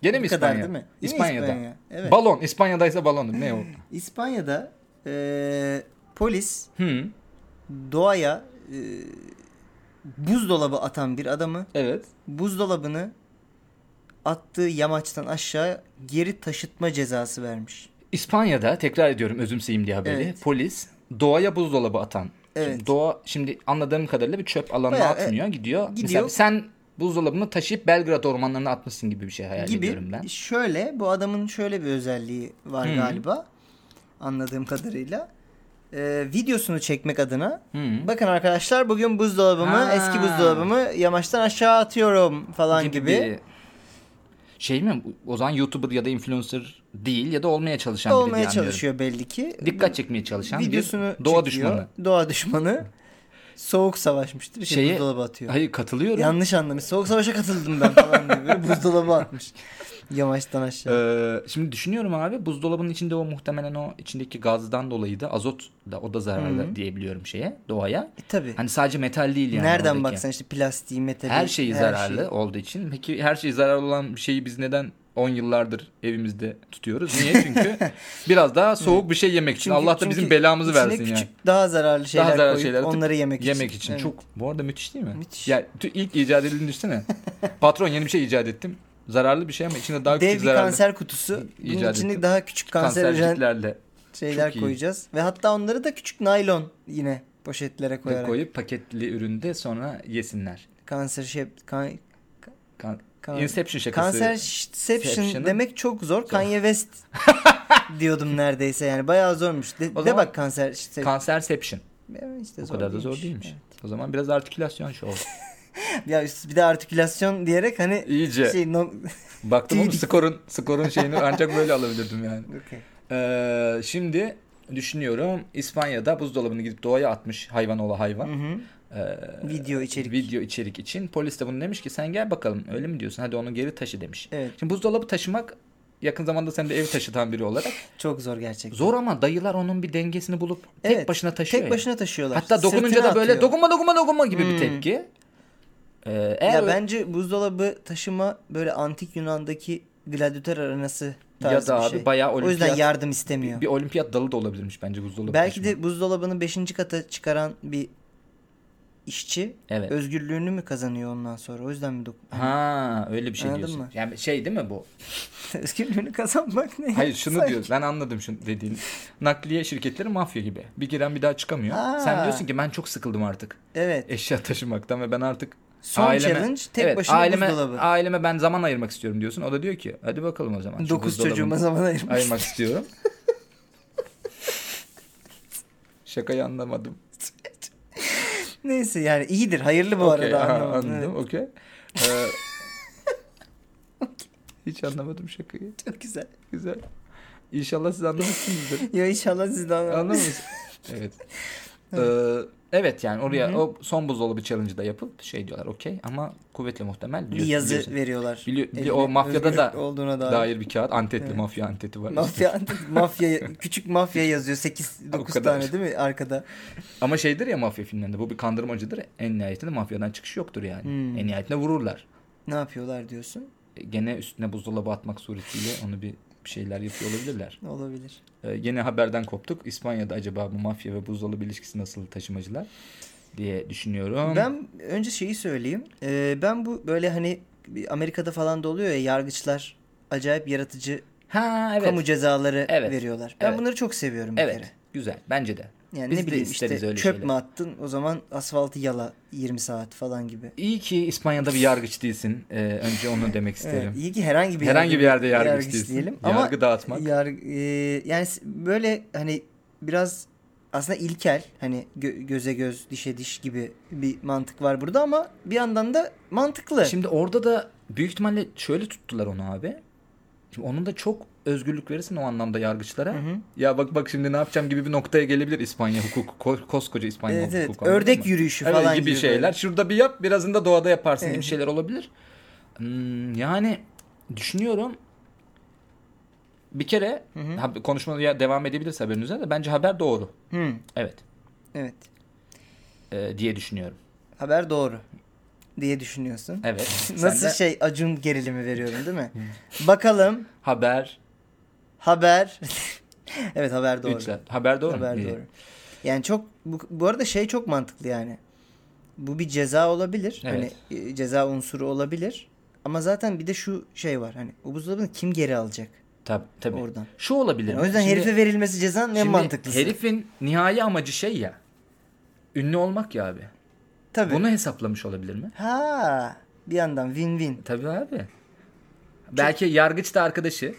Gene mi bu kadar İspanya? değil mi? Yine İspanya'da. İspanya. Evet. Balon. İspanya'daysa balon. [laughs] Ne o? İspanya'da e, polis Hı. doğaya e, buzdolabı atan bir adamı Evet. buzdolabını attığı yamaçtan aşağı geri taşıtma cezası vermiş. İspanya'da tekrar ediyorum özümseyim diye haberi. Evet. Polis doğaya buzdolabı atan. Evet. Şimdi doğa şimdi anladığım kadarıyla bir çöp alanına Bayağı, atmıyor. Gidiyor. gidiyor. Mesela sen buzdolabını taşıyıp Belgrad ormanlarına atmışsın gibi bir şey hayal gibi ediyorum ben. şöyle bu adamın şöyle bir özelliği var Hı. galiba anladığım kadarıyla Ee, videosunu çekmek adına Hı. bakın arkadaşlar bugün buzdolabımı Ha. eski buzdolabımı yamaçtan aşağı atıyorum falan gibi, bir- Şey mi? O zaman YouTuber ya da influencer değil ya da olmaya çalışan biri diye olmaya anlıyorum. çalışıyor belli ki Dikkat çekmeye çalışan videosunu bir doğa çekiyor. düşmanı. doğa düşmanı soğuk savaşmıştır bir şey Şeyi- buzdolabı atıyor Hayır katılıyorum. yanlış anlamış soğuk savaşa katıldım ben falan [laughs] gibi buzdolabı atmış yamaçtan aşağı Ee, şimdi düşünüyorum abi buzdolabının içinde o muhtemelen o içindeki gazdan dolayı da azot da o da zararlı diyebiliyorum şeye doğaya. e, tabii Hani sadece metal değil yani. nereden oradaki. baksan işte plastiği metali Her şeyi her şey. zararlı şeyi. olduğu için. Peki her şeyi zararlı şey olan bir şeyi biz neden 10 yıllardır evimizde tutuyoruz. [laughs] Niye? Çünkü biraz daha soğuk bir şey yemek için. Çünkü- Allah da çünkü bizim belamızı içine versin yani. küçük daha zararlı şeyler daha zararlı koyup şeyler atıp onları yemek için. yemek için. Evet. Çok bu arada müthiş değil mi? Müthiş. Ya tü- ilk icat edildiğini düşünsene. [laughs] Patron yeni bir şey icat ettim. Zararlı bir şey ama içinde daha dev küçük bir zararlı kanser kutusu. Bunun İcat içinde ettim. daha küçük kanserojen kanserciklerle şeyler Çok iyi. koyacağız ve hatta onları da küçük naylon yine poşetlere koyarak koyup paketli üründe sonra yesinler. kanser şey kan, Kan- kan, şey- Inception şakası. Kanserception Ception'ın- demek çok zor. Kanye West [laughs] diyordum neredeyse yani bayağı zormuş. De, O de zaman- bak kanser işte, Kanserception. işte O kadar da zor değilmiş. O zaman biraz artikülasyon şov. [laughs] Ya üst- bir de artikülasyon diyerek hani İyice. şey no... [laughs] Baktım ama Tüy- skorun skorun şeyini ancak böyle alabilirdim yani. Okey. Ee, şimdi düşünüyorum İspanya'da buzdolabını gidip doğaya atmış hayvan ola hayvan. Hı hı. Ee, Video içerik. Video içerik için. Polis de bunu demiş ki sen gel bakalım öyle mi diyorsun hadi onu geri taşı demiş. Evet. Şimdi buzdolabı taşımak yakın zamanda sen de ev taşıtan biri olarak Çok zor gerçekten. zor ama dayılar onun bir dengesini bulup tek Evet, başına taşıyor. Tek ya. başına taşıyorlar. Hatta dokununca Sırtına da böyle atıyor. dokunma dokunma dokunma gibi Hmm. bir tepki. Ee, Ya eğer ya, bence buzdolabı taşıma böyle antik Yunan'daki gladyatör arenası ya tarzı da bir abi şey. bayağı o yüzden olimpiyat yardım istemiyor. bir olimpiyat dalı da olabilirmiş bence buzdolabı. Belki taşıma. de buzdolabını 5. kata çıkaran bir işçi evet. özgürlüğünü mü kazanıyor ondan sonra? O yüzden mi dokun? Ha öyle bir şey Anladın diyorsun. mı? Yani şey değil mi bu? [laughs] özgürlüğünü kazanmak ne? Hayır şunu Sanki- diyoruz. Ben anladım şunu dediğini. Nakliye şirketleri mafya gibi. Bir giren bir daha çıkamıyor. Ha. Sen diyorsun ki ben çok sıkıldım artık Evet. eşya taşımaktan ve ben artık Son challenge tek evet, başına aileme, buzdolabı. Aileme ben zaman ayırmak istiyorum diyorsun. O da diyor ki hadi bakalım o zaman. Şu 9 buzdolabını çocuğuma zaman ayırmış. [laughs] ayırmak istiyorum. Şakayı anlamadım. Neyse yani iyidir. Hayırlı bu Okey, arada aha, anlamadım. anladım. Evet, [laughs] Okey. Ee, hiç anlamadım şakayı. Çok güzel. Güzel. İnşallah [laughs] siz anlamışsınızdır. Ya inşallah siz de anlamadınız. Anlamış. [laughs] evet. Ee, evet yani oraya o son buzdolabı challenge'ı da yapıp şey diyorlar okey ama kuvvetle muhtemel Bir biliyorsun- yazı biliyorsun. veriyorlar. Bili- bili- Eline o mafyada da özgürlük olduğuna dair. dair bir kağıt antetli Evet. mafya anteti var. Mafya, mafya, küçük mafya yazıyor 8 O 9 kadar. tane değil mi arkada? Ama şeydir ya mafya filmlerinde bu bir kandırmacıdır. En nihayetinde mafyadan çıkış yoktur yani. Hmm. En nihayetinde vururlar. Ne yapıyorlar diyorsun? E, Gene üstüne buzdolabı atmak suretiyle onu bir bir şeyler yapıyor olabilirler. Olabilir. E, Gene haberden koptuk. İspanya'da acaba bu mafya ve buzdolabı ilişkisi nasıl taşımacılar diye düşünüyorum. Ben önce şeyi söyleyeyim. Ee, ben bu böyle hani Amerika'da falan da oluyor ya yargıçlar acayip yaratıcı ha evet. kamu cezaları Evet. veriyorlar. Ben Evet. bunları çok seviyorum bir Evet. kere. Güzel. Bence de. Yani Biz ne de bileyim isteriz işte öyle çöp şeyler. mü attın o zaman asfaltı yala 20 saat falan gibi. İyi ki İspanya'da bir yargıç değilsin. Ee, önce onu demek isterim. [laughs] Evet, iyi ki herhangi bir Herhangi bir yerde yargıç, yargıç değilsin. diyelim. Ama- Yargı dağıtmak. Yargı- e, yani s- böyle hani biraz aslında ilkel hani gö- göze göz dişe diş gibi bir mantık var burada ama bir yandan da mantıklı. Şimdi orada da büyük ihtimalle şöyle tuttular onu abi. Şimdi onun da çok özgürlük verirsin o anlamda yargıçlara. Hı hı. Ya bak bak şimdi ne yapacağım gibi bir noktaya gelebilir İspanya hukuku. Ko- koskoca İspanya evet, evet. hukuku. anladın ördek mı? yürüyüşü Evet, falan gibi, böyle. şeyler. Şurada bir yap birazını da doğada yaparsın gibi Evet. şeyler olabilir. Hmm, yani düşünüyorum bir kere Hı hı. ha- konuşmaya devam edebiliriz haberin üzerine de bence haber doğru. Hı, Evet. evet. e, diye düşünüyorum. Haber doğru diye düşünüyorsun. Evet. Sen [laughs] Nasıl de şey acun gerilimi veriyorum [laughs] değil mi? Bakalım Haber. haber. [laughs] evet haber doğru. Üçler. Haber doğru. mu? Haber İyi. doğru. Yani çok bu, bu arada şey çok mantıklı yani. Bu bir ceza olabilir. Evet. Hani e, ceza unsuru olabilir. Ama zaten bir de şu şey var. Hani o buzdolabını kim geri alacak Tabii tabii. oradan? Şu olabilir. Yani mi? o yüzden Şimdi- herife verilmesi cezanın en şimdi mantıklısı. Herifin nihai amacı şey ya. Ünlü olmak ya abi. Tabii. Bunu hesaplamış olabilir mi? Ha bir yandan win win. Tabii abi. Belki yargıç da arkadaşı.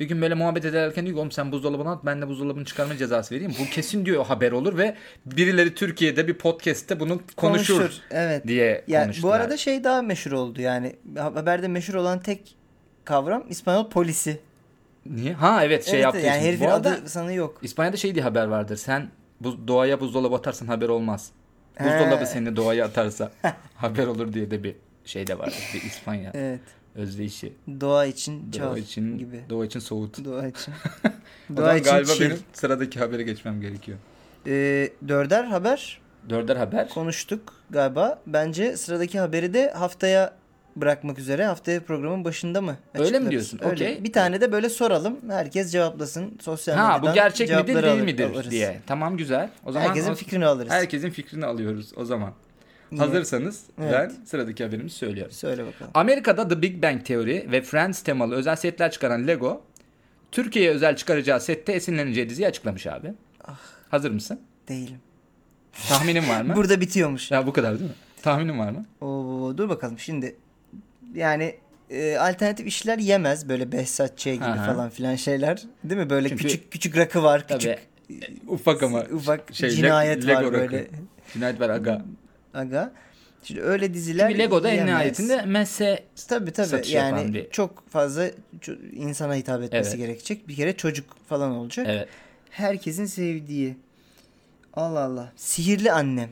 Bir gün böyle muhabbet ederken diyor ki oğlum sen buzdolabına at ben de buzdolabını çıkarma cezası vereyim. Bu kesin diyor haber olur ve birileri Türkiye'de bir podcast'te bunu konuşur, Evet. diye Ya bu konuştular. arada şey daha meşhur oldu yani. Ha- Haberde meşhur olan tek kavram İspanyol polisi. Niye? Ha evet şey Evet, yaptı. Yani herifin bu arada adı sana yok. İspanya'da şey diye haber vardır. Sen bu doğaya buzdolabı atarsan haber olmaz. He. Buzdolabı [laughs] seni doğaya atarsa haber olur diye de bir şey de vardır. Bir İspanya Evet. özdeyişi. Doğa için Doğa çal için gibi. doğa için soğut. Doğa [laughs] için. O Doğa zaman için galiba galiba benim sıradaki habere geçmem gerekiyor. şey, e, dörder haber Dörder haber. konuştuk galiba. Bence sıradaki haberi de haftaya bırakmak üzere haftaya programın başında mı? Öyle mi açıklarız? diyorsun? Öyle. Okey. Bir tane de böyle soralım. Herkes cevaplasın. Sosyal Ha bu medyadan gerçek midir cevapları değil alır- midir alırız. diye. Tamam güzel. O zaman Herkesin o- fikrini alırız. herkesin fikrini alıyoruz o zaman. Hazırsanız ben sıradaki haberimi söylüyorum. Söyle bakalım. Amerika'da The Big Bang Theory ve Friends temalı özel setler çıkaran Lego Türkiye'ye özel çıkaracağı sette esinleneceği diziyi açıklamış abi. Ah. Hazır mısın? Değilim. Tahminin [laughs] var mı? Burada bitiyormuş. ya bu kadar değil mi? Tahminin var mı? Oo, dur bakalım şimdi. Yani e, alternatif işler yemez böyle Behzat Ç gibi Aha. falan filan şeyler. Değil mi? Böyle Çünkü- küçük küçük rakı var. Tabii. Küçük e, Ufak ama. ufak şey, Le- cinayet Lego var rakı. böyle. Cinayet var aga. Aga. Şimdi öyle diziler Çünkü Lego'da en yemez. nihayetinde mese Tabii tabii. satış yapan yani bir- çok fazla ço- insana hitap etmesi Evet. gerekecek. Bir kere çocuk falan olacak. Evet. Herkesin sevdiği. Allah Allah. Sihirli annem.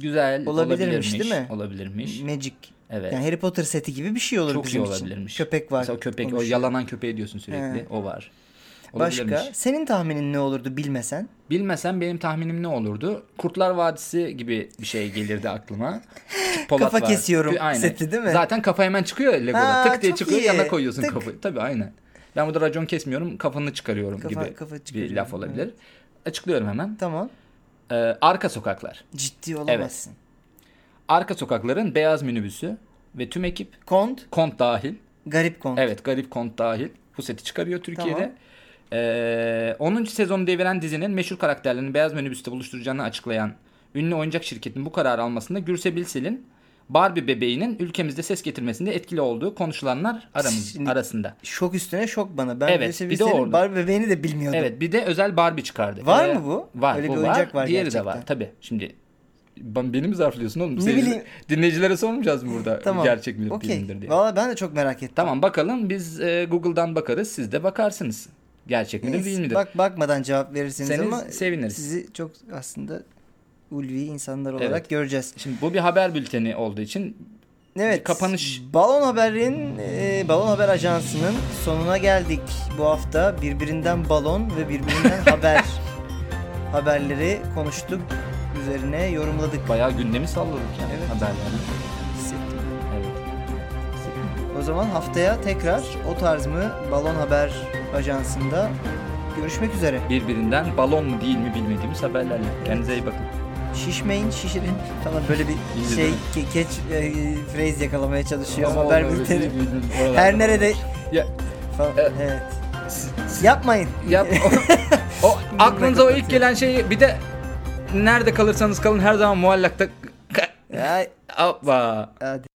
Güzel Olabilirmiş, olabilirmiş. değil mi? Olabilirmiş. Magic. Evet. Yani Harry Potter seti gibi bir şey olur Çok iyi bizim için. olabilirmiş. Köpek var. Mesela o köpek o olmuş. yalanan köpeği diyorsun sürekli. He. O var. Olabilirmiş. Başka? Senin tahminin ne olurdu bilmesen? Bilmesem benim tahminim ne olurdu? Kurtlar Vadisi gibi bir şey [laughs] gelirdi aklıma. Polat Kafa kesiyorum seti değil mi? Zaten kafa hemen çıkıyor ya Lego'da. Ha, tık diye çok çıkıyor iyi. yana koyuyorsun Tık. kafayı. Tabii aynen. Ben burada racon kesmiyorum kafanı çıkarıyorum Kafa- gibi kafa bir çıkarıyorum, laf olabilir. Açıklıyorum hemen. Tamam. Ee, arka sokaklar. Ciddi olamazsın. Arka sokakların beyaz minibüsü ve tüm ekip Kont. kont dahil Garip kont. Evet garip kont dahil. Bu seti çıkarıyor Türkiye'de. Tamam. Ee, 10. sezonu deviren dizinin meşhur karakterlerini beyaz minibüste buluşturacağını açıklayan ünlü oyuncak şirketin bu kararı almasında Gürse Bilsel'in Barbie bebeğinin ülkemizde ses getirmesinde etkili olduğu konuşulanlar aramız, Şimdi- arasında. Şok üstüne şok bana. Ben Evet, Bruce bir de Willis'in orada. Barbie bebeğini de bilmiyordum. Evet bir de özel Barbie çıkardı. Var Ee, mı bu? Var Öyle bu bir oyuncak var Diğeri de gerçekten. var tabi. Şimdi ben, beni mi zarflıyorsun oğlum? Ne Seyirci- bileyim. Dinleyicilere sormayacağız mı burada Tamam. gerçek midir Okey. değildir diye. Valla ben de çok merak ettim. Tamam bakalım biz e, Google'dan bakarız siz de bakarsınız. Gerçek midir Neyse, değil midir? Bak bakmadan cevap verirsiniz Seni ama seviniriz. sizi çok aslında ulvi insanlar olarak Evet. göreceğiz. Şimdi bu bir haber bülteni olduğu için Evet. Bir kapanış. Balon Haber'in e, Balon Haber Ajansı'nın sonuna geldik. Bu hafta birbirinden balon ve [laughs] birbirinden haber haberleri konuştuk. Üzerine yorumladık. bayağı gündemi salladık yani Evet. haberlerle. Hissettim. Evet. O zaman haftaya tekrar o tarz mı Balon Haber Ajansı'nda görüşmek üzere. Birbirinden balon mu değil mi bilmediğimiz haberlerle. Kendinize iyi bakın. Şişmeyin şişirin falan böyle bir İyi şey dedi. ke- keç e, phrase yakalamaya çalışıyor Ama haber öyle bülteni. değil, bizim oralarda Her nerede şey. Ya, falan. Evet. Evet. Yapmayın. [laughs] yap, o, o, aklınıza o kapatıyor. ilk gelen şey bir de nerede kalırsanız kalın her zaman muallakta. Ay, Hoppa. hadi.